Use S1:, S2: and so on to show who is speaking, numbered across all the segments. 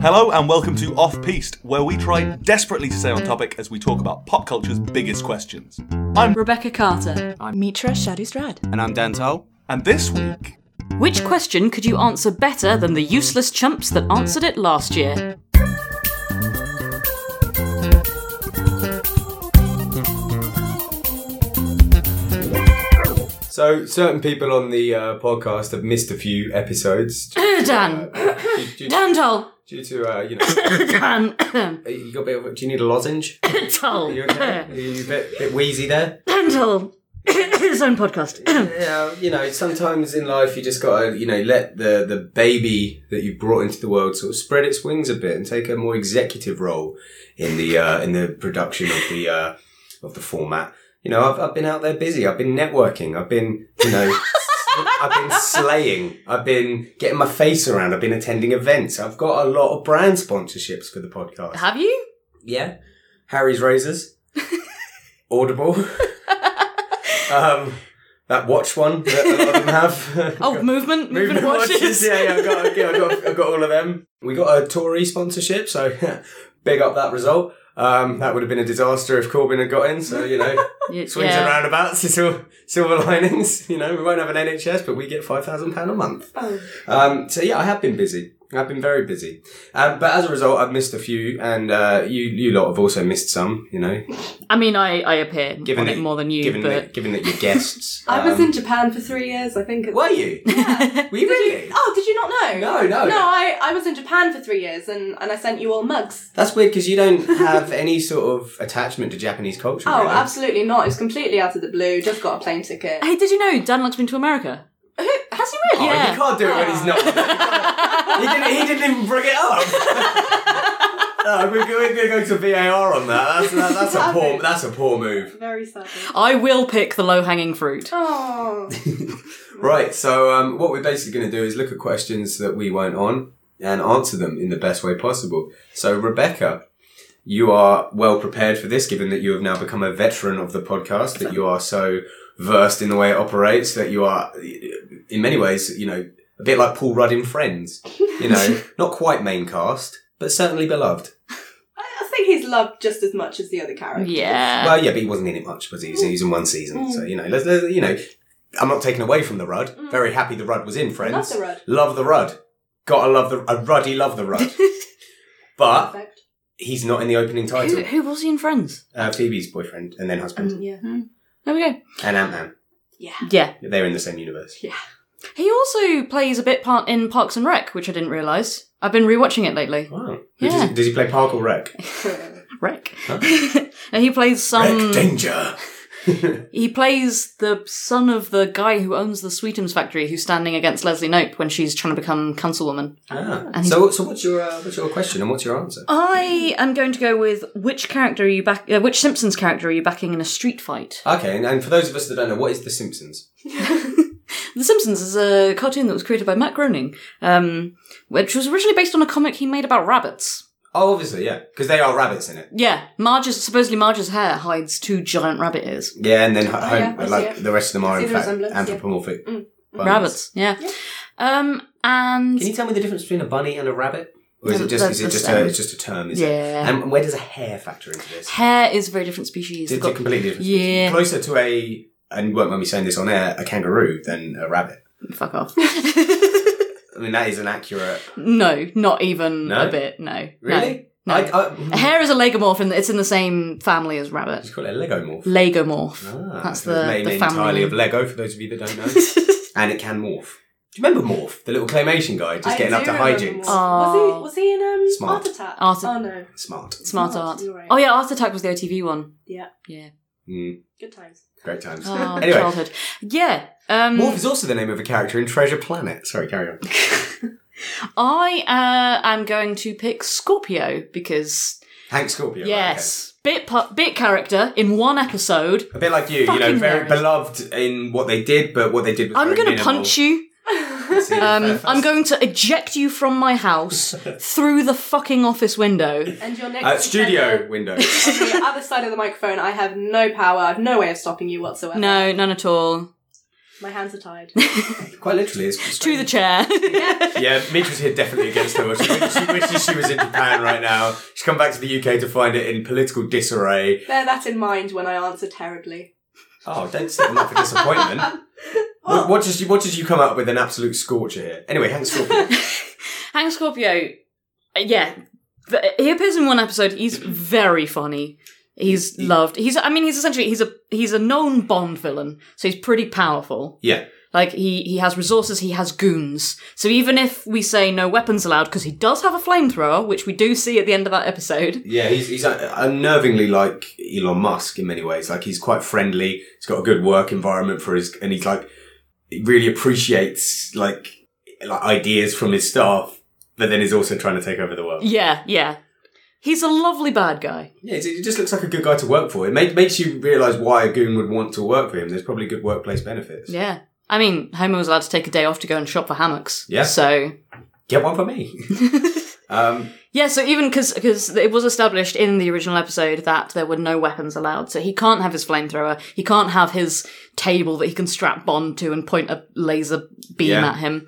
S1: Hello and welcome to Off Piste, where we try desperately to stay on topic as we talk about pop culture's biggest questions. I'm
S2: Rebecca Carter.
S3: Mitra Shadustrad.
S4: And I'm Dan Toll.
S1: and this week,
S2: Which question could you answer better than the useless chumps that answered it last year?
S5: So certain people on the uh, podcast have missed a few episodes due,
S2: Dan.
S5: due,
S2: Dan Toll.
S5: due to uh, you know.
S2: Dan.
S5: You got a bit of, do you need a lozenge? Are
S2: Toll.
S5: you okay? Are you a bit, bit wheezy there?
S2: Dan Toll. His own podcast.
S5: Yeah, you know, sometimes in life you just gotta, you know, let the the baby that you brought into the world sort of spread its wings a bit and take a more executive role in the uh, in the production of the uh, of the format. You know, I've I've been out there busy. I've been networking. I've been, you know. I've been slaying. I've been getting my face around. I've been attending events. I've got a lot of brand sponsorships for the podcast.
S2: Have you?
S5: Yeah. Harry's Razors. Audible. um, that watch one that a lot of them have.
S2: Oh, movement. Movement,
S5: Movement
S2: watches.
S5: Yeah, yeah, I've got, yeah, I've got, I've got all of them. We got a Tory sponsorship, so big up that result. Um, that would have been a disaster if Corbyn had got in, so, you know,
S2: Y-
S5: swings
S2: yeah.
S5: and roundabouts, it's all silver linings. You know, we won't have an NHS, but we get £5,000 a month. Um, so, yeah, I have been busy. I've been very busy. Um, but as a result, I've missed a few, and uh, you, you lot have also missed some, you know,
S2: I mean, I, I appear
S5: given
S2: on
S5: that,
S2: it more than you,
S5: given,
S2: but
S5: that, given that you're guests.
S3: I was
S5: um,
S3: in Japan for three years, I think.
S5: Were you? Were you really?
S3: Oh, did you not know?
S5: No, no.
S3: No, I, I was in Japan for three years and, and I sent you all mugs.
S5: That's weird because you don't have any sort of attachment to Japanese culture.
S3: Oh,
S5: really.
S3: absolutely not. It's completely out of the blue. Just got a plane ticket.
S2: hey, did you know Dan likes been to America?
S3: Who, has he really?
S5: Oh,
S2: Yeah.
S5: He can't do it when he's not. he, didn't, he didn't even bring it up. No, we're going to go to VAR on that. That's, that, that's a poor. That's a poor move.
S3: Very sad.
S2: I will pick the low hanging fruit.
S3: Oh.
S5: Right. So, um, what we're basically going to do is look at questions that we weren't on and answer them in the best way possible. So, Rebecca, you are well prepared for this, given that you have now become a veteran of the podcast. That you are so versed in the way it operates that you are, in many ways, you know, a bit like Paul Rudd in Friends. You know, not quite main cast, but certainly beloved.
S3: I, I think he's loved just as much as the other characters.
S2: Yeah.
S5: Well, yeah, but he wasn't in it much, was he? He was- he was in one season, so you know, let's, let's- you know, I'm not taking away from the Rudd. Very happy the Rudd was in Friends.
S3: Love the Rudd.
S5: Love the Rudd. Gotta love the a Ruddy. Love the Rudd. but
S3: Perfect.
S5: he's not in the opening
S2: Who,
S5: title.
S2: who was he in Friends?
S5: Uh, Phoebe's boyfriend and then husband
S3: Yeah.
S2: There we go.
S5: and Ant Man.
S2: Yeah.
S5: They're in the same universe.
S2: He also plays a bit part in Parks and Rec, which I didn't realise. I've been rewatching it lately.
S5: Wow.
S2: Yeah.
S5: Does, he, does he play Park or Wreck?
S2: Rec. and he plays some.
S5: Wreck Danger.
S2: He plays the son of the guy who owns the Sweetums factory, who's standing against Leslie Nope when she's trying to become councilwoman.
S5: Ah.
S2: And-
S5: So, so what's your uh, what's your question and what's your answer?
S2: I am going to go with which character are you back? Uh, which Simpsons character are you backing in a street fight?
S5: Okay, and, and for those of us that don't know, what is The Simpsons?
S2: The Simpsons is a cartoon that was created by Matt Groening, um, which was originally based on a comic he made about rabbits.
S5: Oh, obviously, yeah, because they are rabbits in it.
S2: Yeah, Marge's supposedly Marge's hair hides two giant rabbit ears.
S5: Yeah, and then ho-
S3: Oh, yeah,
S5: home-
S3: I see
S5: like
S3: it.
S5: the rest of them
S3: I
S5: are
S3: see
S5: in
S3: the
S5: fact
S3: resemblance, yeah. Mm,
S5: anthropomorphic bunnies.
S2: Rabbits, yeah. Um, and
S5: Can you tell me the difference between a bunny and a rabbit? Or is
S2: No,
S5: it just
S2: they're
S5: is
S2: the
S5: it just
S2: same.
S5: a it's just a term? Is
S2: Yeah.
S5: It? And where does a hair factor into this?
S2: hair is a very different species.
S5: It's a
S2: They've got-
S5: completely different.
S2: Yeah.
S5: Closer to a and you won't mind me saying this on air a kangaroo than a rabbit.
S2: Fuck off.
S5: I mean that is an accurate.
S2: no, not even
S5: No?
S2: a bit. No,
S5: Really?
S2: No.
S5: I,
S2: no.
S5: I,
S2: hair is a legomorph, and it's in the same family as rabbit.
S5: just call it a Lego morph.
S2: Legomorph.
S5: Ah,
S2: That's
S5: so
S2: the,
S5: it's made
S2: the
S5: made
S2: family.
S5: entirely of Lego. For those of you that don't know, and it can morph. Do you remember Morph, the little claymation guy, just
S3: I
S5: getting up
S3: do
S5: to
S3: remember
S5: hijinks?
S3: more. Was he was he in um,
S5: Smart.
S3: Art Attack?
S2: Art-
S3: Oh no.
S5: Smart,
S2: Smart
S3: Smart,
S2: art.
S3: you're right.
S2: Oh yeah, Art Attack was the OTV one.
S3: Yeah.
S2: Yeah.
S5: mm,
S3: Good times.
S5: great times.
S2: Oh,
S5: Anyway.
S2: childhood. Yeah. Um,
S5: Morph is also the name of a character in Treasure Planet. Sorry, carry on.
S2: I uh, am going to pick Scorpio because
S5: Hank Scorpio. right,
S2: yes, bit pu- bit character in one episode.
S5: okay. A bit like you, you know,
S2: Fucking
S5: very
S2: hilarious.
S5: beloved in what they did, but what they did was
S2: I'm
S5: going
S2: going to punch you. Um, I'm going to eject you from my house through the fucking office window.
S3: And your next
S5: Uh, studio
S3: contender-
S5: window.
S3: on the other side of the microphone. I have no power. I have no way of stopping you whatsoever.
S2: No, none at all.
S3: My hands are tied.
S5: Quite literally, it's
S2: to the chair.
S5: Yeah, Mitra's here definitely against her. She, she wishes she was in Japan right now. She's come back to the UK to find it in political disarray.
S3: Bear that in mind when I answer terribly.
S5: Oh, don't set them up for disappointment. What, what, did you, what did you come up with an absolute scorcher here? Anyway, Hank Scorpion.
S2: Hang Scorpio, uh, yeah, Th- he appears in one episode. He's very funny. He's loved. He's, I mean, he's essentially he's a he's a known Bond villain, so he's pretty powerful.
S5: yeah.
S2: Like he he has resources, he has goons. So even if we say no weapons allowed, because he does have a flamethrower, which we do see at the end of that episode.
S5: Yeah, he's, he's un- unnervingly like Elon Musk in many ways. Like he's quite friendly. He's got a good work environment for his, and he's like he really appreciates like like ideas from his staff. But then he's also trying to take over the world.
S2: Yeah, yeah. He's a lovely bad guy.
S5: Yeah, it just looks like a good guy to work for. It make, makes you realise why a goon would want to work for him. There's probably good workplace benefits.
S2: Yeah. I mean, Homer was allowed to take a day off to go and shop for hammocks.
S5: Yeah.
S2: So
S5: Get one for me. um,
S2: Yeah, so even because it was established in the original episode that there were no weapons allowed, so he can't have his flamethrower, he can't have his table that he can strap Bond to and point a laser beam
S5: Yeah.
S2: at him.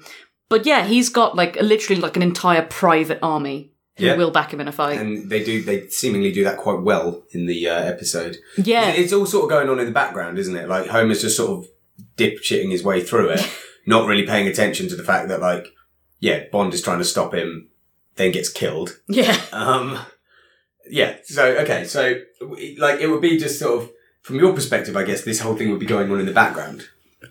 S2: But yeah, he's got like literally like an entire private army who
S5: Yeah.
S2: will back him in a fight.
S5: and they do. They seemingly do that quite well in the uh, episode.
S2: yeah,
S5: It's all sort of going on in the background, isn't it? Like Homer's just sort of dipshitting his way through it, not really paying attention to the fact that, like, yeah, Bond is trying to stop him, then gets killed.
S2: yeah,
S5: Um, yeah. So okay. So w- like, it would be just sort of from your perspective, I guess this whole thing would be going on in the background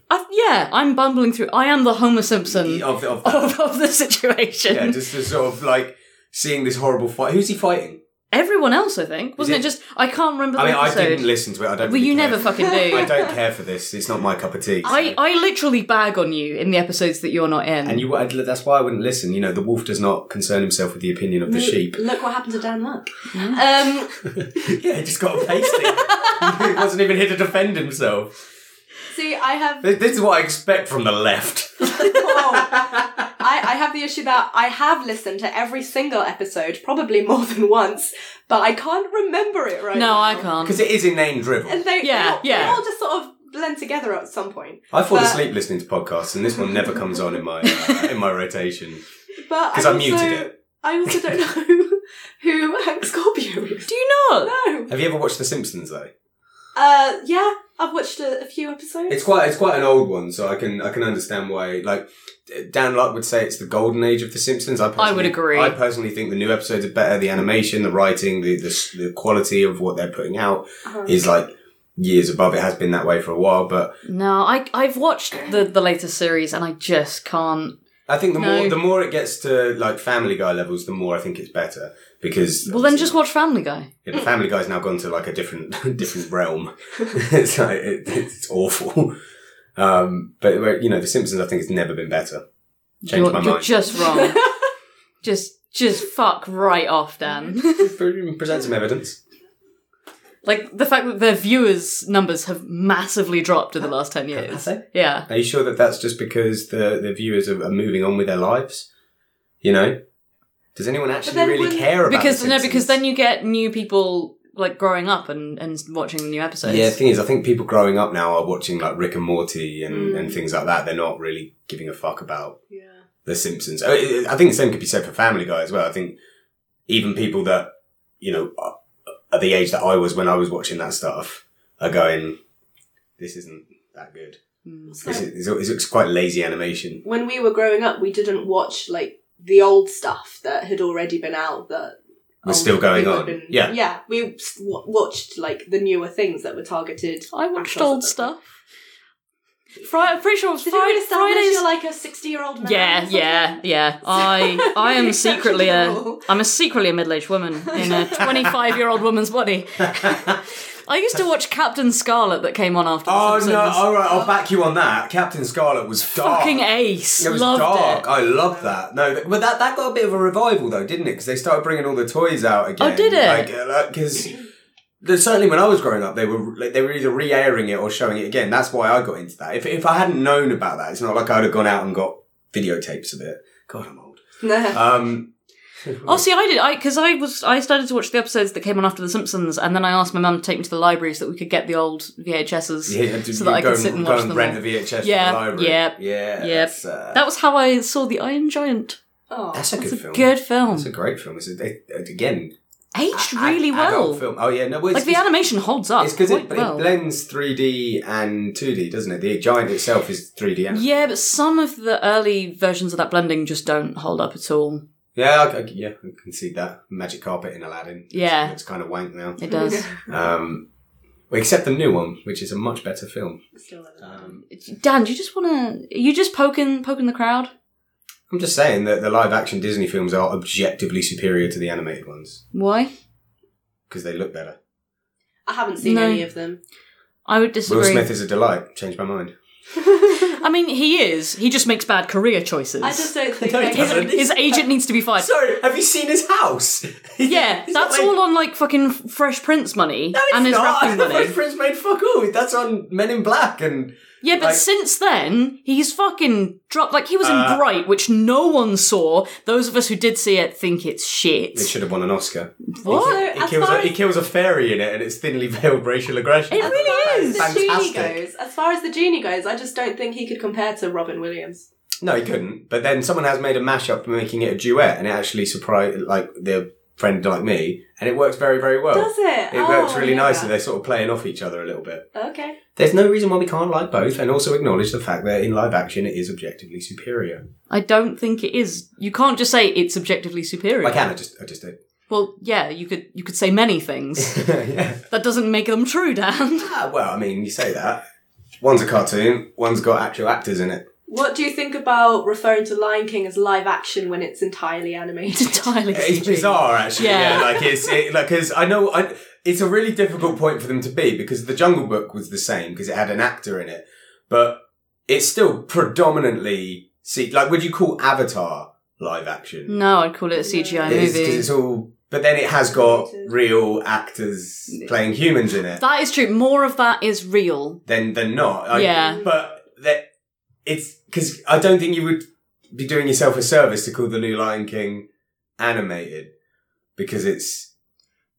S2: I, yeah. I'm bumbling through. I am the Homer Simpson
S5: of, of
S2: of, of the situation.
S5: yeah, just the sort of like seeing this horrible fight. Who's he fighting?
S2: Everyone else, I think, wasn't
S5: it-
S2: it just? I can't remember the
S5: I mean, I
S2: episode.
S5: didn't listen to it. I don't.
S2: well,
S5: really
S2: you
S5: care.
S2: never fucking do.
S5: I don't care for this. It's not my cup of tea.
S2: I, I literally bag on you in the episodes that you're not in.
S5: And you, I'd- that's why I wouldn't listen. You know, the wolf does not concern himself with the opinion of the sheep.
S3: Look what happened to Dan Luck. Um,
S5: yeah, he just got a pasting. he wasn't even here to defend himself.
S3: see, I have.
S5: This, this is what I expect from the left.
S3: oh, I, I have the issue that I have listened to every single episode, probably more than once, but I can't remember it right
S2: no,
S3: now.
S2: I can't.
S5: Because it is inane drivel.
S3: And they,
S2: Yeah,
S3: they all, they
S2: yeah.
S3: all just sort of blend together at some point.
S5: I fall
S3: But-
S5: asleep listening to podcasts, and this one never comes on in my uh, in my rotation
S3: But
S5: because
S3: I
S5: I
S3: also,
S5: muted it.
S3: I also don't know who, who Hank Scorpio is.
S2: Do you not?
S3: No.
S5: Have you ever watched The Simpsons though?
S3: Uh, yeah, I've watched a, a few episodes.
S5: It's quite it's quite an old one, so I can I can understand why. Like Dan Luck would say, it's the golden age of The Simpsons. I, personally-
S2: would agree.
S5: I personally think the new episodes are better. The animation, the writing, the the, s- the quality of what they're putting out
S3: Uh-huh.
S5: is like years above. It has been that way for a while, but
S2: No, I I've watched the the latest series and I just can't.
S5: I think the
S2: No.
S5: more the more it gets to like Family Guy levels, the more I think it's better because
S2: Well, then just watch Family Guy.
S5: Yeah, the Family Guy's now gone to like a different different realm. it's like it, it's awful. Um, but well, you know, The Simpsons, I think, has never been better. Changed
S2: you're
S5: my
S2: you're
S5: mind.
S2: just wrong. just just fuck right off, Dan.
S5: Present some evidence.
S2: like the fact that their viewers numbers have massively dropped in the last ten years.
S5: Have
S2: Yeah.
S5: Are you sure that that's just because the the viewers are, are moving on with their lives? You know, does anyone actually
S3: then
S5: really
S3: wouldn't-
S5: care about
S2: Because
S5: the
S2: no, because
S5: Simpsons?
S2: then you get new people like growing up and and watching the new episodes.
S5: Yeah, the thing is, I think people growing up now are watching like Rick and Morty and, and things like that. They're not really giving a fuck about
S3: Mm. yeah.
S5: The Simpsons. I- I I think the same could be said for Family Guy as well. I think even people that, you know, are- are the age that I was when I was watching that stuff are going, this isn't that good.
S3: So-
S5: This is, it's, it's quite lazy animation.
S3: when we were growing up, we didn't watch like the old stuff that had already been out that
S5: Was
S3: old
S5: still going
S3: people
S5: on.
S3: had been-
S5: Yeah.
S3: yeah. We s- wa- watched like the newer things that were targeted.
S2: I watched
S3: at us
S2: old
S3: at
S2: stuff. Fri- I'm pretty sure it was
S3: the time. Did
S2: Fri-
S3: you establish
S2: Fridays.
S3: you're like a sixty-year-old man? or
S2: Yeah,
S3: something?
S2: yeah, yeah. I I am secretly a
S3: Exceptional.
S2: I'm a secretly a middle aged woman in a 25 year old woman's body. I used to watch Captain Scarlet that came on after.
S5: Oh
S2: the
S5: no,
S2: Simpsons.
S5: alright, I'll back you on that. Captain Scarlet was dark.
S2: Fucking ace!
S5: It was
S2: Loved
S5: dark.
S2: it.
S5: I loved that. No, th- but that, that got a bit of a revival though, didn't it? Because they started bringing all the toys out again. uh,
S2: Oh, did it?
S5: Because certainly when I was growing up, they were like, they were either re-airing it or showing it again. That's why I got into that. If if I hadn't known Uh, about that, it's not like I'd have gone out and got videotapes of it. God, I'm old.
S3: No.
S5: Um,
S2: Oh, see, I did. I because I was I started to watch the episodes that came on after The Simpsons, and then I asked my mum to take me to the library so that we could get the old VHSs,
S5: Yeah, yeah,
S2: so that I
S5: go
S2: could sit and
S5: go
S2: watch
S5: and
S2: them.
S5: rent
S2: all.
S5: the VHS
S2: Yeah,
S5: from the library.
S2: yeah,
S5: yeah,
S2: yep.
S5: That's, uh,
S2: that was how I saw the Iron Giant.
S3: Oh.
S5: that's a good
S2: It's a
S5: film.
S2: good film.
S5: That's a great film. It's a, it, it- again
S2: Aged
S5: a-
S2: really
S5: a-
S2: well.
S5: adult Film. Oh yeah, no, well,
S2: Like
S5: it's
S2: the animation holds up
S5: It's because
S2: quite
S5: it, it
S2: well.
S5: blends 3D and 2D, doesn't it? The giant itself is 3D. Anime.
S2: yeah, but some of the early versions of that blending just don't hold up at all.
S5: Yeah, I, I, yeah, I can see that magic carpet in Aladdin. It's-
S2: Yeah.
S5: it's kind of wank now.
S2: It does.
S5: Um, well, except the new one, which is a much better film.
S3: Still in love.
S5: Um,
S2: Dan, do you just want to? You just poking poking the crowd?
S5: I'm just saying that the live-action Disney films are objectively superior to the animated ones
S2: Why?
S5: because they look better.
S3: I haven't seen
S2: No.
S3: any of them.
S2: I would
S5: Will
S2: disagree.
S5: Smith is a delight. Changed my mind.
S2: I mean, he is. He just makes bad career choices.
S3: I just don't think
S5: No,
S3: they
S5: it
S2: his,
S5: doesn't.
S3: can.
S2: his agent needs to be fired.
S5: Sorry, have you seen his house?
S2: yeah,
S5: It's not
S2: that's
S5: like-
S2: all on like fucking Fresh Prince money
S5: No, it's
S2: and his
S5: not.
S2: rapping money.
S5: Prince made fuck all. That's on Men in Black and
S2: Yeah, but
S5: Like-
S2: since then, he's fucking dropped. Like, he was
S5: Uh,
S2: in Bright, which no one saw. Those of us who did see it think it's shit.
S5: It should have won an Oscar.
S2: What?
S3: So,
S5: He
S3: as
S5: kills,
S3: far
S5: a,
S3: as
S5: he kills a fairy in it, and it's thinly veiled racial aggression.
S2: It really is.
S3: the genie
S5: Fantastic.
S3: goes, as far as the genie goes, I just don't think he could compare to Robin Williams.
S5: No, he couldn't. But then someone has made a mashup, making it a duet, and it actually surprised like their friend like me, and it works very, very well.
S3: Does it?
S5: It
S3: Oh,
S5: works really
S3: yeah.
S5: nicely. They're sort of playing off each other a little bit.
S3: Okay.
S5: There's no reason why we can't like both, and also acknowledge the fact that in live action it is objectively superior.
S2: I don't think it is. You can't just say it's objectively superior.
S5: I can, I just, I just did.
S2: Well, yeah, you could you could say many things.
S5: yeah.
S2: that doesn't make them true, Dan.
S5: Ah, well, I mean, you say that. One's a cartoon. One's got actual actors in it.
S3: What do you think about referring to Lion King as live action when it's entirely
S2: It's
S3: animated?
S2: entirely
S5: It's
S2: CG.
S5: bizarre, actually. Yeah,
S2: Yeah.
S5: like it's it, like because I know I, it's a really difficult point for them to be because the Jungle Book was the same because it had an actor in it, but it's still predominantly see like would you call Avatar live action?
S2: No, I'd call it a CGI
S5: It is, 'cause
S2: movie.
S5: it's all. But then it has got real actors playing humans in it.
S2: That is true. More of that is real.
S5: Then they're not. I-
S2: Yeah.
S5: But that it's because I don't think you would be doing yourself a service to call the new Lion King animated because it's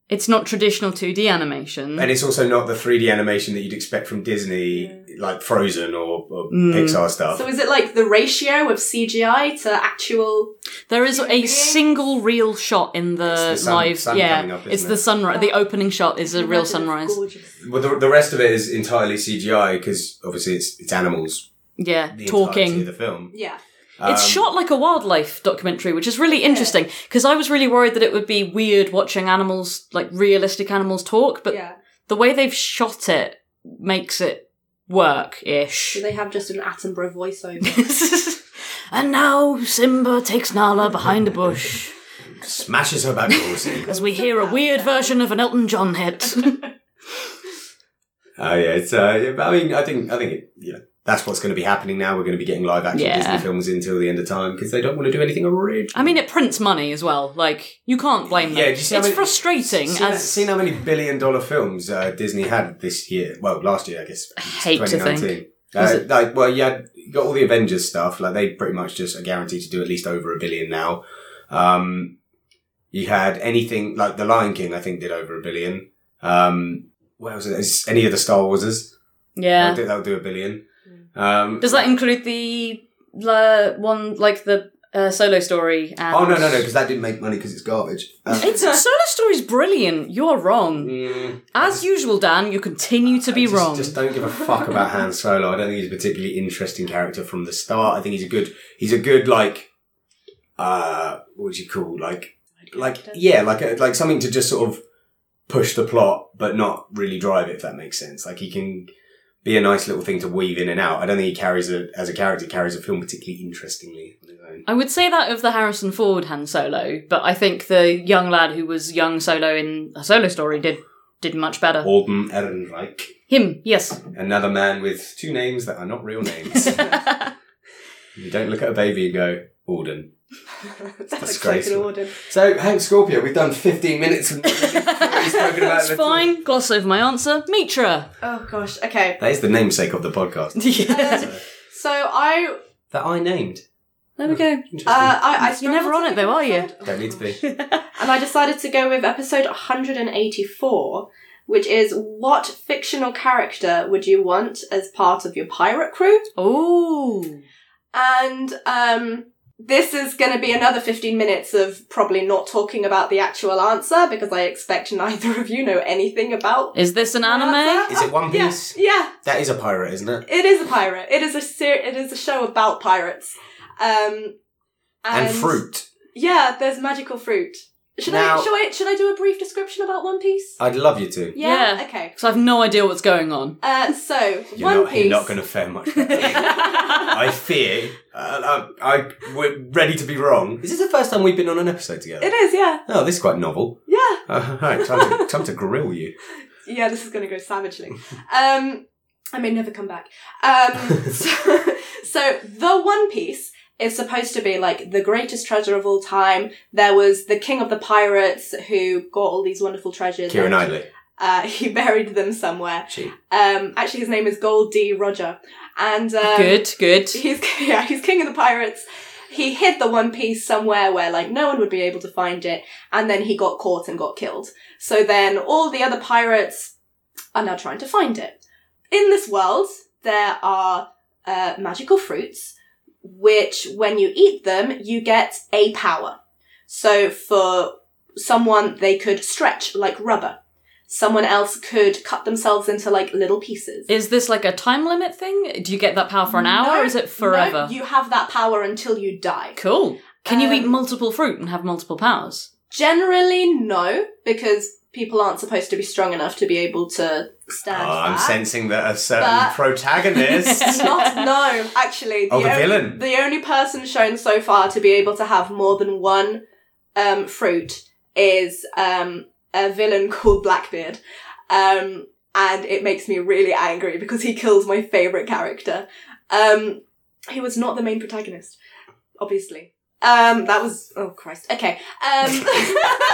S2: It's not traditional 2D animation.
S5: And it's also not the 3D animation that you'd expect from Disney, like Frozen or, or
S2: Mm.
S5: Pixar stuff.
S3: So is it like the ratio of CGI to actual?
S2: There is a
S3: Human beings?
S2: single real shot in the,
S5: It's the sun-
S2: live.
S5: sun
S2: yeah,
S5: coming up, isn't
S2: it's
S5: it?
S2: the sunrise. The opening shot is a real
S3: Imagine it's
S2: sunrise.
S3: Gorgeous.
S5: well, the, the rest of it is entirely CGI because obviously it's it's animals.
S2: Yeah,
S5: The entirety of
S2: talking.
S5: the film.
S3: Yeah.
S2: it's
S5: Um,
S2: shot like a wildlife documentary, which is really interesting because I was really worried that it would be weird watching animals, like realistic animals, talk. But
S3: yeah.
S2: the way they've shot it makes it work ish.
S3: Do they have just an Attenborough voiceover?
S2: and now Simba takes Nala behind a bush
S5: Smashes her back walls in.
S2: as we hear a weird version of an Elton John hit.
S5: Oh yeah, it's. Uh, yeah, but I mean, I think I think it, you know that's what's going to be happening now. We're going to be getting live action
S2: Yeah.
S5: Disney films until the end of time because they don't want to do anything original.
S2: I mean, it prints money as well. Like you can't blame them.
S5: Yeah, do you see how
S2: it's
S5: many-
S2: frustrating.
S5: Seen,
S2: As
S5: seen how many billion dollar films uh, Disney had this year? Well, last year, I guess.
S2: hate to think. Was
S5: Uh, like, well, you, had, you got all the Avengers stuff. Like, they pretty much just are guaranteed to do at least over a billion now. Um, you had anything like The Lion King, I think, did over a billion. Um, what else? Is, any of the Star Warses?
S2: Yeah.
S5: That'll, do, that'll do a billion. Um,
S2: Does that include the la, one like the uh, solo story? And...
S5: oh no, no, no, because that didn't make money because it's garbage. Uh,
S2: It's solo story's brilliant. You're wrong.
S5: mm,
S2: As usual, Dan, you continue to be
S5: just,
S2: wrong.
S5: Just don't give a fuck about Han Solo. I don't think he's a particularly interesting character from the start. I think he's a good. He's a good like. Uh, what would you call like like yeah like a, like something to just sort of push the plot but not really drive it if that makes sense like he can be a nice little thing to weave in and out i don't think he carries a as a character carries a film particularly interestingly on his own
S2: I would say that of the Harrison Ford Han Solo, but I think the young lad who was young Solo in a solo story did did much better.
S5: Alden Ehrenreich
S2: Him, yes.
S5: another man with two names that are not real names you don't look at a baby and go Alden
S3: that looks like an
S5: disgraceful.
S3: order.
S5: so Hank Scorpio we've done 15 minutes and we've spoken about
S2: it's
S5: little-
S2: fine. Gloss over my answer. Mitra.
S3: Oh gosh. Okay.
S5: that is the namesake of the podcast
S2: Yeah.
S3: So I
S5: that I named
S2: There we go.
S5: Interesting.
S3: Uh, I, I
S2: You're never on it though, are you?
S5: Don't need to
S3: Oh,
S5: be.
S3: And I decided to go with episode 184, which is what fictional character would you want as part of your pirate crew?
S2: Oh,
S3: And um, this is going to be another 15 minutes of probably not talking about the actual answer because I expect neither of you know anything about.
S2: is this an
S3: the
S2: anime?
S3: answer.
S5: Is it One
S3: Yeah.
S5: Piece?
S3: Yeah,
S5: That is a pirate, isn't it?
S3: it is a pirate. It is a ser- it is a show about pirates. Um,
S5: And, fruit.
S3: Yeah, there's magical fruit. Should
S5: Now-
S3: I should I should I do a brief description about One Piece?
S5: I'd love you to.
S3: Yeah.
S2: Yeah.
S3: Okay.
S2: Because I have no idea what's going on.
S3: Uh, so
S5: You're
S3: One
S5: not,
S3: Piece.
S5: You're not going to fare much better. I fear. Uh, I, I, we're ready to be wrong. Is this the first time we've been on an episode together?
S3: It is, yeah,
S5: Oh, this is quite novel.
S3: yeah,
S5: Uh, right, time to, time to grill you.
S3: yeah. This is going to go savagely. Um, I may never come back. Um, so, so the One Piece is supposed to be like the greatest treasure of all time. There was the king of the pirates who got all these wonderful treasures.
S5: Kieran
S3: and,
S5: Knightley.
S3: Uh, he buried them somewhere.
S5: Cheap.
S3: Um, actually, his name is Gold D. Roger, and um,
S2: good, good.
S3: He's yeah, he's king of the pirates. He hid the One Piece somewhere where like no one would be able to find it, and then he got caught and got killed. So then all the other pirates are now trying to find it. In this world, there are uh, magical fruits, which when you eat them, you get a power. So for someone, they could stretch like rubber. Someone else could cut themselves into like little pieces.
S2: Is this like a time limit thing? Do you get that power for an hour
S3: No,
S2: or is it
S3: No,
S2: forever?
S3: you have that power until you die.
S2: Cool. Can you
S3: Um,
S2: eat multiple fruit and have multiple powers?
S3: Generally, no, because people aren't supposed to be strong enough to be able to stand.
S5: Oh, I'm
S3: that.
S5: sensing that a certain
S3: But-
S5: protagonist.
S3: Not no, actually.
S5: Oh, the
S3: only,
S5: villain.
S3: The only person shown so far to be able to have more than one um, fruit is um, a villain called Blackbeard. Um, and it makes me really angry because he killed my favourite character. Um, he was not the main protagonist, obviously. Um, that was, oh Christ. Okay.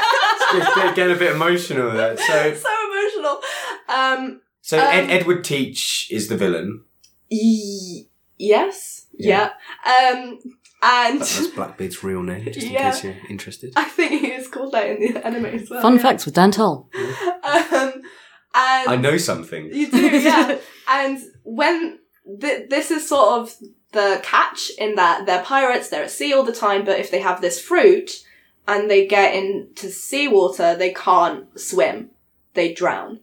S3: Um,
S5: Get get a bit emotional with that. So,
S3: so emotional. Um,
S5: so Ed,
S3: Um,
S5: Edward Teach is the villain.
S3: y- yes. Yeah.
S5: Yeah.
S3: Um, and
S5: That's Blackbeard's real name, just in
S3: Yeah.
S5: case you're interested.
S3: I think he is called that in the anime as well.
S2: Fun
S3: Oh, yeah.
S2: facts with Dan Toll.
S3: Um, and
S5: I know something.
S3: you do, yeah. and when th- this is sort of the catch in that they're pirates, they're at sea all the time, but if they have this fruit and they get into seawater, they can't swim; they drown.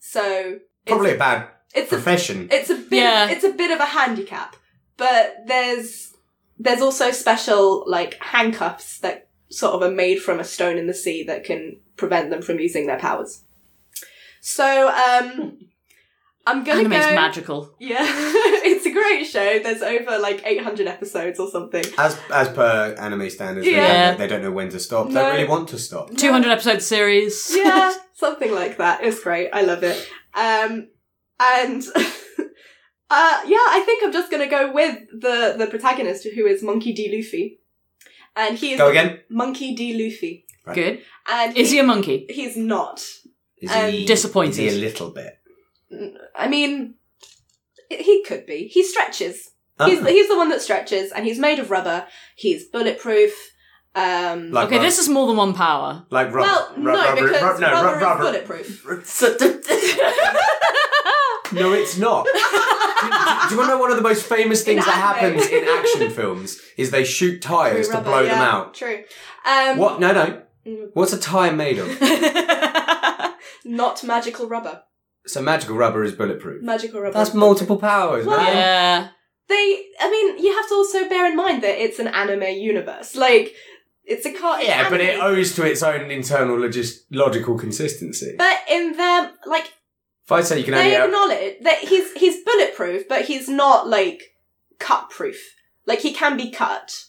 S3: So
S5: Probably a bad
S3: it's a
S5: profession.
S3: it's a bit
S2: Yeah.
S3: it's a bit of a handicap but there's there's also special like handcuffs that sort of are made from a stone in the sea that can prevent them from using their powers so um i'm gonna
S2: Anime's
S3: go
S2: magical.
S3: yeah it's a great show there's over like 800 episodes or something
S5: As as per anime standards, they,
S2: Yeah.
S5: don't, they don't know when to stop.
S3: No.
S5: They really want to stop.
S2: 200 episode series.
S3: yeah, something like that. It's great. I love it. Um, and uh, yeah, I think I'm just gonna go with the the protagonist who is Monkey D. Luffy, and he is
S5: Go again.
S3: Monkey D. Luffy,
S2: Good.
S3: and
S2: Is he a monkey?
S3: he's not.
S5: Is
S3: Um,
S2: Disappointed.
S5: Is he a little bit?
S3: I mean, he could be. He stretches.
S5: Ah.
S3: He's he's the one that stretches, and he's made of rubber. He's bulletproof. Um,
S5: Like
S2: Okay,
S5: rub-
S2: this is more than one power.
S5: like rubber.
S3: well,
S5: rub-
S3: no,
S5: rubber-
S3: because
S5: rub- no, rub-
S3: rubber is
S5: rubber-
S3: bulletproof.
S5: No, it's not. do, do- do you want to know one of the most famous things
S3: In
S5: that
S3: anime.
S5: happens in action films is they shoot tires
S3: True
S5: to
S3: rubber,
S5: blow them
S3: yeah,
S5: out.
S3: True. Um,
S5: What? No, no.
S3: Mm.
S5: What's a tire made of?
S3: Not magical rubber.
S5: so magical rubber is bulletproof.
S3: Magical rubber.
S5: That's multiple powers,
S3: Well,
S5: man.
S2: yeah.
S3: they. I mean, you have to also bear in mind that it's an anime universe. Like, it's a car.
S5: Oh, Yeah, but it
S3: anime.
S5: owes to its own internal logis- logical consistency.
S3: But in their like,
S5: If I say you can only
S3: they
S5: have
S3: acknowledge that he's he's bulletproof, but he's not like cut proof. Like he can be cut,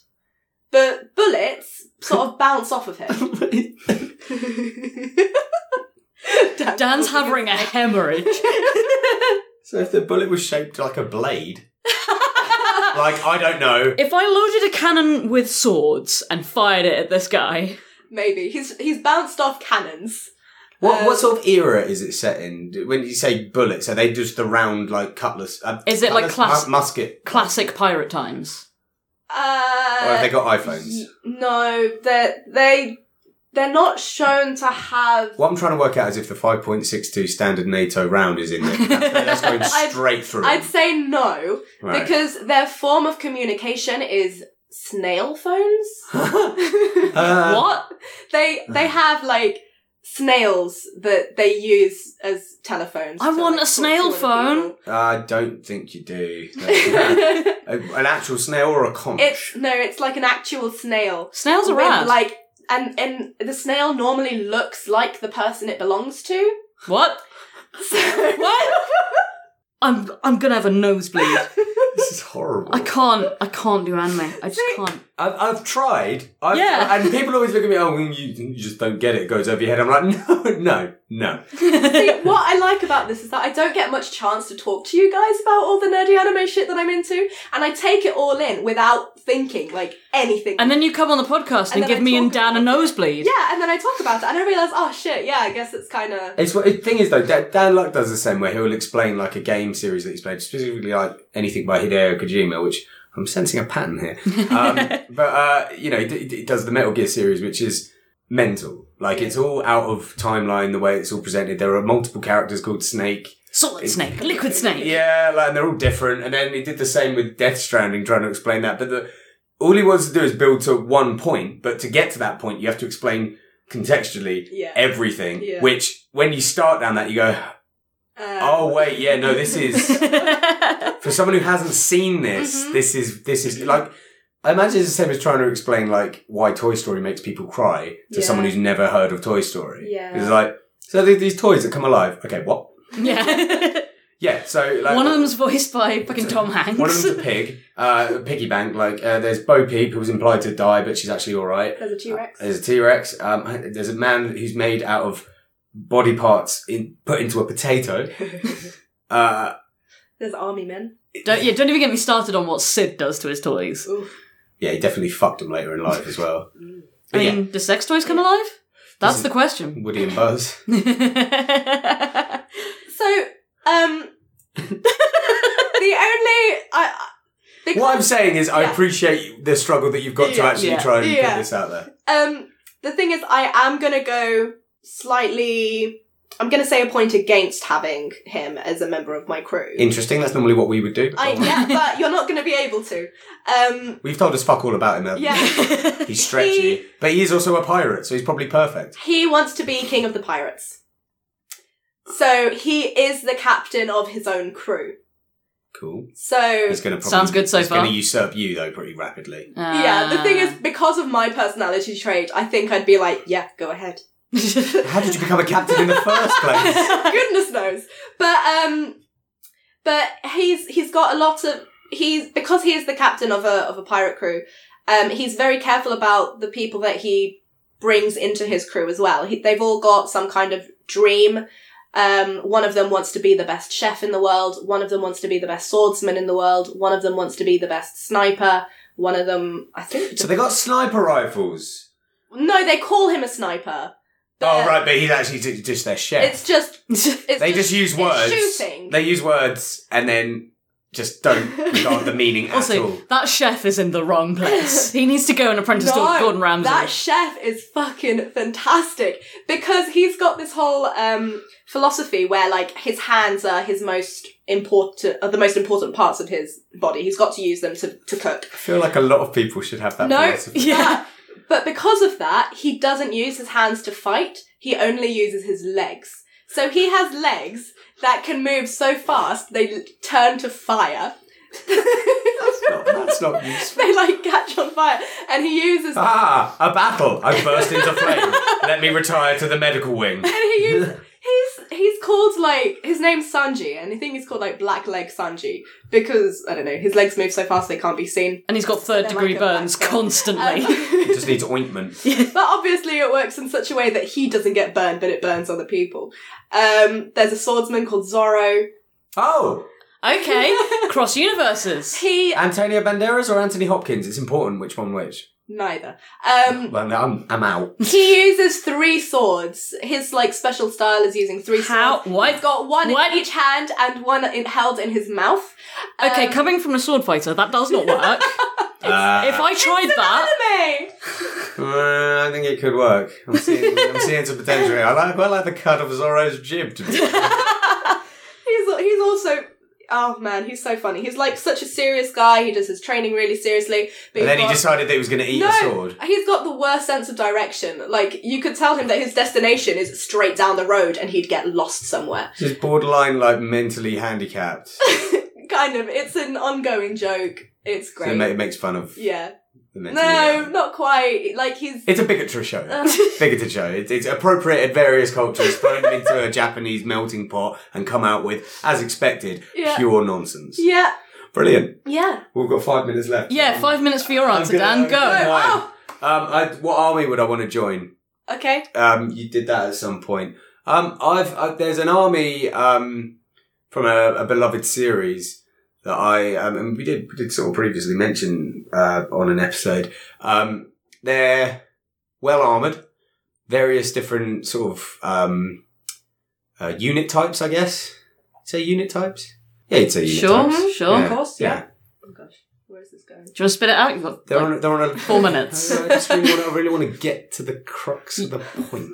S3: but bullets sort of bounce off of him. Dan-
S2: Dan's having a hemorrhage.
S5: so if the bullet was shaped like a blade, like I don't know,
S2: If I loaded a cannon with swords and fired it at this guy,
S3: Maybe he's he's bounced off cannons.
S5: what
S3: Um,
S5: what sort of era is it set in? Do- When you say bullets, are they just the round like cutlass? Uh,
S2: Is it like
S5: cutlass?
S2: class-
S5: Mu- musket?
S2: classic pirate times.
S3: Uh,
S5: or have they got iPhones?
S3: y- no, they they they're not shown to have.
S5: What I'm trying to work out is if the 5.62 standard NATO round is in there. That's, that's going
S3: I'd-
S5: straight through.
S3: I'd say no
S5: Right.
S3: because their form of communication is snail phones.
S5: Uh,
S3: what they they have like snails that they use as telephones.
S2: I
S3: to,
S2: want a
S3: like, talk to
S2: snail
S3: other
S2: phone.
S3: people.
S5: I don't think you do. That's-
S3: it's
S5: a- an actual snail or a conch?
S3: no, it's like an actual snail.
S2: Snails are
S3: With,
S2: rad.
S3: Like and and the snail normally looks like the person it belongs to.
S2: what?
S3: So
S2: What? I'm I'm gonna have a nosebleed.
S5: this is horrible.
S2: I can't I can't do anime. I just can't.
S5: I've, I've tried. I've,
S2: Yeah.
S5: And people always look at me, oh, you, you just don't get it. It goes over your head. I'm like, no, no, no.
S3: See, what I like about this is that I don't get much chance to talk to you guys about all the nerdy anime shit that I'm into, and I take it all in without thinking like anything.
S2: And then you come on the podcast and,
S3: And then
S2: give
S3: I
S2: me and
S3: talk
S2: Dan a nosebleed.
S3: yeah, and then I talk about it, and I realize, oh shit, yeah, I guess it's kind of
S5: It's what the thing is though. Dan, Dan Luck does the same way. He'll explain like a game series that he's played, specifically like anything by Hideo Kojima, which I'm sensing a pattern here. Um, but uh, you know, he, d- he does the Metal Gear series, which is mental. Like it's all out of timeline the way it's all presented. There are multiple characters called Snake.
S2: Solid snake, liquid snake.
S5: Yeah, like and they're all different. And then he did the same with Death Stranding, trying to explain that. But the, all he wants to do is build to one point. But to get to that point, you have to explain contextually
S3: yeah.
S5: everything.
S3: Yeah.
S5: Which when you start down that, you go,
S3: um,
S5: oh wait, yeah, no, this is
S2: Yeah.
S5: for someone who hasn't seen this.
S3: Mhm.
S5: This is this is like. I imagine it's the same as trying to explain like why Toy Story makes people cry to
S3: Yeah.
S5: someone who's never heard of Toy Story.
S3: Yeah.
S5: it's like so there's these toys that come alive. Okay, what? Yeah, so like
S2: One of them's voiced by fucking Tom Hanks.
S5: One of them's a pig, uh, a piggy bank. Like uh, there's Bo Peep, who's implied to die, but she's actually all right.
S3: There's a T Rex.
S5: There's a T Rex. Um, there's a man who's made out of body parts in, put into a potato. Uh,
S3: There's army men.
S2: Don't, yeah, don't even get me started on what Sid does to his toys.
S5: yeah, he definitely fucked him later in life as well.
S2: I
S5: But
S2: mean, do sex toys come alive? That's
S5: This
S2: the question.
S5: yeah, Woody and Buzz.
S3: So, um, the only I. I- they
S5: What I'm
S3: can't-
S5: saying is, I
S3: Yeah.
S5: appreciate the struggle that you've got to
S3: Yeah,
S5: actually
S2: yeah,
S5: try and
S3: yeah.
S5: put this out there.
S3: Um, the thing is, I am gonna go slightly. I'm gonna say a point against having him as a member of my crew.
S5: Interesting. That's normally what we would do.
S3: I yeah, but you're not gonna be able to. Um,
S5: We've told us fuck all about him. haven't we?
S3: yeah.
S5: He's stretchy,
S3: He-
S5: but he is also a pirate, so he's probably perfect.
S3: He wants to be king of the pirates. So he is the captain of his own crew.
S5: Cool.
S3: So
S5: He's going to
S2: Sounds good so
S5: he's
S2: far.
S5: going to usurp you though pretty rapidly.
S3: yeah, the thing is, because of my personality trait, I think I'd be like, yeah, go ahead.
S2: is,
S5: How did you become a captain in the first place?
S3: Goodness knows. But um but he's he's got a lot of he's because he is the captain of a of a pirate crew, um he's very careful about the people that he brings into his crew as well. He, they've all got some kind of dream. Um one of them wants to be the best chef in the world, one of them wants to be the best swordsman in the world, one of them wants to be the best sniper, one of them I think
S5: So they got sniper rifles.
S3: No, they call him a sniper.
S5: Oh right, but he's actually ju- just their chef.
S3: It's just it's
S5: they just, use
S3: it's
S5: words.
S3: shooting.
S5: They use words and then just don't regard the meaning at
S2: Ah.
S5: all.
S2: also, that chef is in the wrong place. He needs to go and apprentice to Gordon Ramsay.
S3: That chef is fucking fantastic because he's got this whole um, philosophy where like his hands are his most important, are the most important parts of his body. He's got to use them to, to cook.
S5: I feel like a lot of people should have that
S3: No,
S5: philosophy.
S2: yeah.
S3: But because of that, he doesn't use his hands to fight. He only uses his legs. So he has legs that can move so fast they l- turn to fire.
S5: That's not, that's not useful.
S3: they like catch on fire, and he uses
S5: Ah, a battle! I burst into flame. Let me retire to the medical wing.
S3: And he used, he's he's called like his name's Sanji, and I think he's called like Black Leg Sanji because I don't know his legs move so fast they can't be seen.
S2: And he's got third
S3: They're
S2: degree
S3: like a
S2: burns
S3: black girl.
S2: constantly.
S3: Um,
S5: Just needs ointment.
S3: but obviously, it works in such a way that he doesn't get burned, but it burns other people. Um, there's a swordsman called Zoro.
S5: Oh,
S2: okay, cross universes.
S3: He
S5: Antonio Banderas or Anthony Hopkins? It's important which one which.
S3: Neither. Um,
S5: Well, I'm, I'm out.
S3: he uses three swords. His like special style is using three
S2: How?
S3: swords.
S2: What?
S3: He's got one
S2: What?
S3: in each hand and one in, held in his mouth.
S2: Okay,
S3: Um,
S2: coming from a sword fighter, that does not work.
S5: Uh,
S2: if I tried that,
S3: Anime.
S5: Uh, I think it could work. I'm seeing, I'm seeing some potential here. I like, I quite like the cut of Zorro's jib. To be
S3: he's he's also oh man, he's so funny. He's like such a serious guy. He does his training really seriously. But
S5: and
S3: he's
S5: then he
S3: got-
S5: decided that he was going to eat a sword.
S3: he's got the worst sense of direction. Like you could tell him that his destination is straight down the road, and he'd get lost somewhere.
S5: Just borderline, like mentally handicapped. So
S3: Kind of. It's an ongoing joke. It's great.
S5: it, ma- it makes fun of
S3: yeah.
S5: the mentally.
S3: No,
S5: ill.
S3: not quite. Like he's.
S5: It's a bigotry show.
S2: Uh.
S3: Ugh.
S5: bigoted show. It's, it's appropriated various cultures, thrown into a Japanese melting pot, and come out with, as expected,
S3: Yeah.
S5: pure nonsense.
S3: yeah.
S5: Brilliant.
S3: Yeah.
S5: We've got five minutes left.
S2: yeah, five minutes for your
S5: I'm
S2: answer,
S5: gonna-
S2: Dan. Go. Oh.
S5: I'm
S3: Go.
S5: Fine. Um, I, what army would I want to join?
S3: Okay.
S5: um, you did that at some point. Um, I've uh, there's an army um, from a, a beloved series that I um, and we did we did sort of previously mention uh, on an episode. Um, they're well armored, various different sort of um, uh, unit types, I guess. Say unit types. Yeah, it's a unit
S2: Sure, mm,
S5: types.
S2: sure.
S5: Yeah.
S3: Of course.
S5: yeah.
S3: Yeah. Oh gosh, where is this going?
S2: Do you want to spit it out? You've got
S5: They're
S2: like,
S5: on, they're on a,
S2: four minutes.
S5: I just really want, I really want to get to the crux of the point.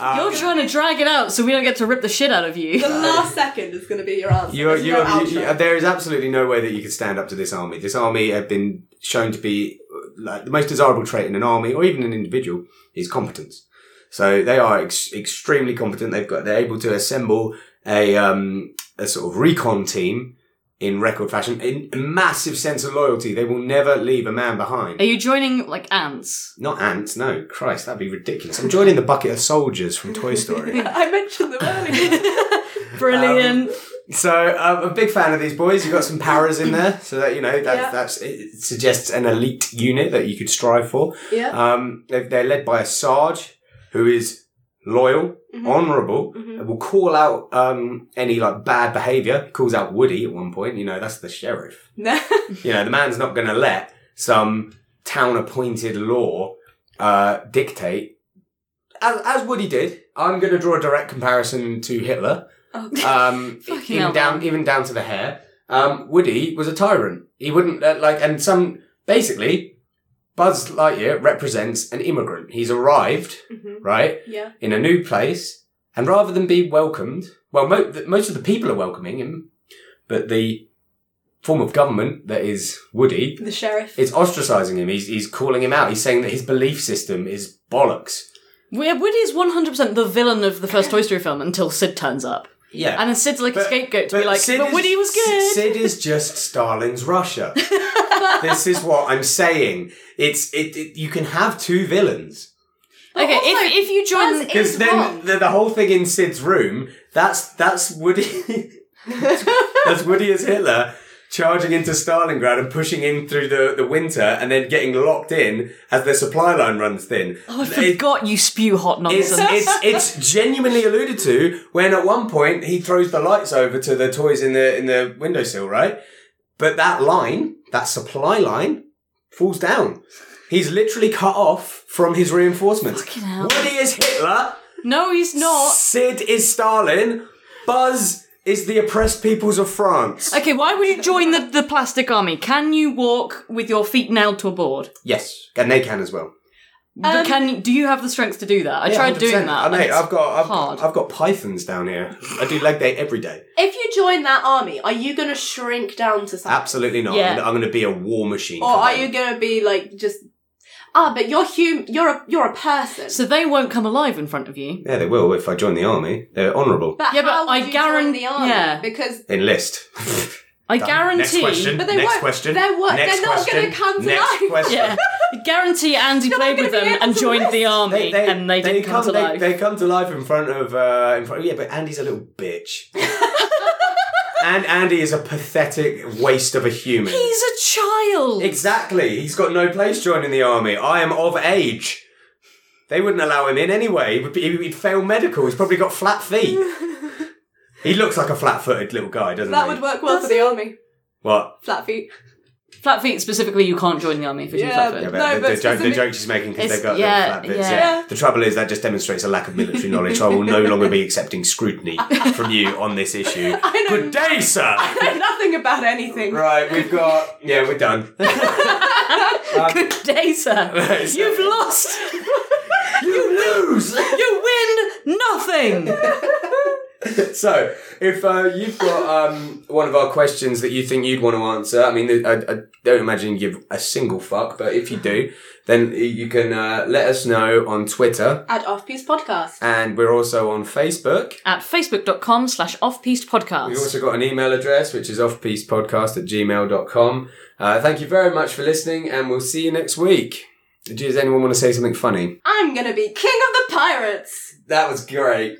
S5: Um,
S2: You're trying to drag it out so we don't get to rip the shit out of
S3: The
S2: you.
S3: last second is going to be your answer.
S5: You, are,
S3: There's
S5: you,
S3: no
S5: are- you-
S3: outro.
S5: you- there is absolutely no way that you could stand up to this army. This army have been shown to be uh, like the most desirable trait in an army or even an individual is competence. So they are ex- extremely competent. They've got they're able to assemble a um, a sort of recon team in record fashion. In a massive sense of loyalty, they will never leave a man behind.
S2: Are you joining like ants?
S5: Not ants, no. Christ, that'd be ridiculous. I'm joining the bucket of soldiers from Toy Story.
S3: I mentioned them earlier.
S5: Um,
S2: Brilliant.
S5: so um, I'm a big fan of these boys. You've got some paras in there, so that you know that
S3: Yeah.
S5: that's, it suggests an elite unit that you could strive for.
S3: yeah.
S5: Um, they're, they're led by a sarge who is loyal,
S3: Mhm.
S5: honourable,
S3: Mhm.
S5: and will call out um, any like bad behaviour. Calls out Woody at one point. You know that's the sheriff.
S3: No.
S5: You know, the man's not going to let some town appointed law uh, dictate. As, as Woody did, I'm going to draw a direct comparison to Hitler, um,
S2: Fucking hell,
S5: even down
S2: man.
S5: even down to the hair. Um, Woody was a tyrant. He wouldn't let, like, and some basically, Buzz Lightyear represents an immigrant. He's arrived
S3: Mhm.
S2: Mm-hmm.
S5: right
S3: Yeah.
S5: in a new place, and rather than be welcomed, well, mo- th- most of the people are welcoming him, but the form of government that is Woody
S3: The sheriff.
S5: is ostracizing him. He's, he's calling him out. He's saying that his belief system is bollocks.
S2: We're- Woody's 100% the villain of the first Toy Story film until Sid turns up.
S5: Yeah.
S2: And then Sid's like a
S5: But-
S2: scapegoat to be like,
S5: Sid
S2: but
S5: is-
S2: Woody was good.
S5: S- Sid is just Stalin's Russia. this is what I'm saying. It's it, it. You can have two villains.
S2: okay,
S3: also,
S2: if, if you join.
S3: Buzz
S5: Because
S3: is
S5: then
S3: wrong.
S5: the, the whole thing in Sid's room, that's that's Woody that's Woody as Hitler charging into Stalingrad and pushing in through the, the winter and then getting locked in as their supply line runs thin.
S2: Oh, I
S5: It-
S2: forgot you spew hot
S5: it's,
S2: nonsense.
S5: it's it's genuinely alluded to when at one point he throws the lights over to the toys in the in the windowsill, right? But that line, that supply line, falls down. He's literally cut off from his reinforcements.
S2: Fucking hell.
S5: Woody is Hitler.
S2: no, he's not.
S5: Sid is Stalin. Buzz is the oppressed peoples of France.
S2: Okay, why would you join the, the plastic army? Can you walk with your feet nailed to a board?
S5: Yes, and they can as well. Um,
S2: But can you, do you have the strength to do that? I tried doing that.
S5: I
S2: and
S5: mate,
S2: it's
S5: I've got I've,
S2: hard.
S5: I've got pythons down here. I do leg day every day.
S3: If you join that army, are you going to shrink down to something?
S5: Absolutely not.
S2: Yeah.
S5: I'm, gonna, I'm gonna be a war machine.
S3: Or are
S5: commander.
S3: you going to be like just ah? But you're hum. You're a you're a person.
S2: so they won't come alive in front of you.
S5: Yeah, they will if I join the army. They're honourable.
S3: but
S2: Yeah, but
S3: how would
S2: I
S3: you join
S2: guaran-
S3: the army
S2: yeah.
S3: because
S5: Enlist.
S2: I
S5: Done. Next
S2: guarantee.
S5: question.
S3: But they
S5: Next
S3: won't-
S5: question.
S3: they're wo-
S5: Next
S3: they're not
S5: question.
S3: gonna come to
S5: Next
S3: life.
S5: question.
S2: Yeah, I guarantee Andy
S3: You're not
S2: played
S3: gonna
S2: with
S3: be
S2: them
S3: able
S2: and
S3: to
S2: joined the army, and they, didn't come, to
S5: they,
S2: life.
S5: They come to life in front of uh, in front. Yeah, but Andy's a little bitch. and Andy is a pathetic waste of a human.
S2: He's a child.
S5: Exactly. He's got no place joining the army. I am of age. They wouldn't allow him in anyway. He would be, he'd fail medical. He's probably got flat feet. he looks like a flat-footed little guy, doesn't
S3: that
S5: he?
S3: would work well for the army.
S5: What?
S3: Flat feet.
S2: Flat feet specifically, you can't join the army if you're
S3: Yeah,
S2: flat
S5: Yeah,
S2: feet.
S5: but
S3: No,
S5: the, the,
S3: but
S5: joke, the
S3: specific-
S5: joke she's making because
S2: It's-
S5: they've got
S2: yeah,
S5: the flat bits.
S2: yeah.
S5: Yeah. The trouble is that just demonstrates a lack of military knowledge. I will no longer be accepting scrutiny from you on this issue.
S3: I know-
S5: Good day, sir.
S3: I know nothing about anything.
S5: Right, we've got. Yeah, we're done.
S2: Good day, sir. You've lost.
S5: you lose.
S2: You win nothing.
S5: so, if uh, you've got um, one of our questions that you think you'd want to answer, I mean, I, I don't imagine you give a single fuck, but if you do, then you can uh, let us know on Twitter,
S3: At Off Piece Podcast.
S5: and we're also on Facebook.
S2: At facebook.com slash offpieced
S5: We've
S2: podcast.
S5: also got an email address, which is offpiecepodcast at gmail.com. Uh, thank you very much for listening, and we'll see you next week. Does anyone want to say something funny?
S3: I'm gonna be King of the Pirates!
S5: That was great.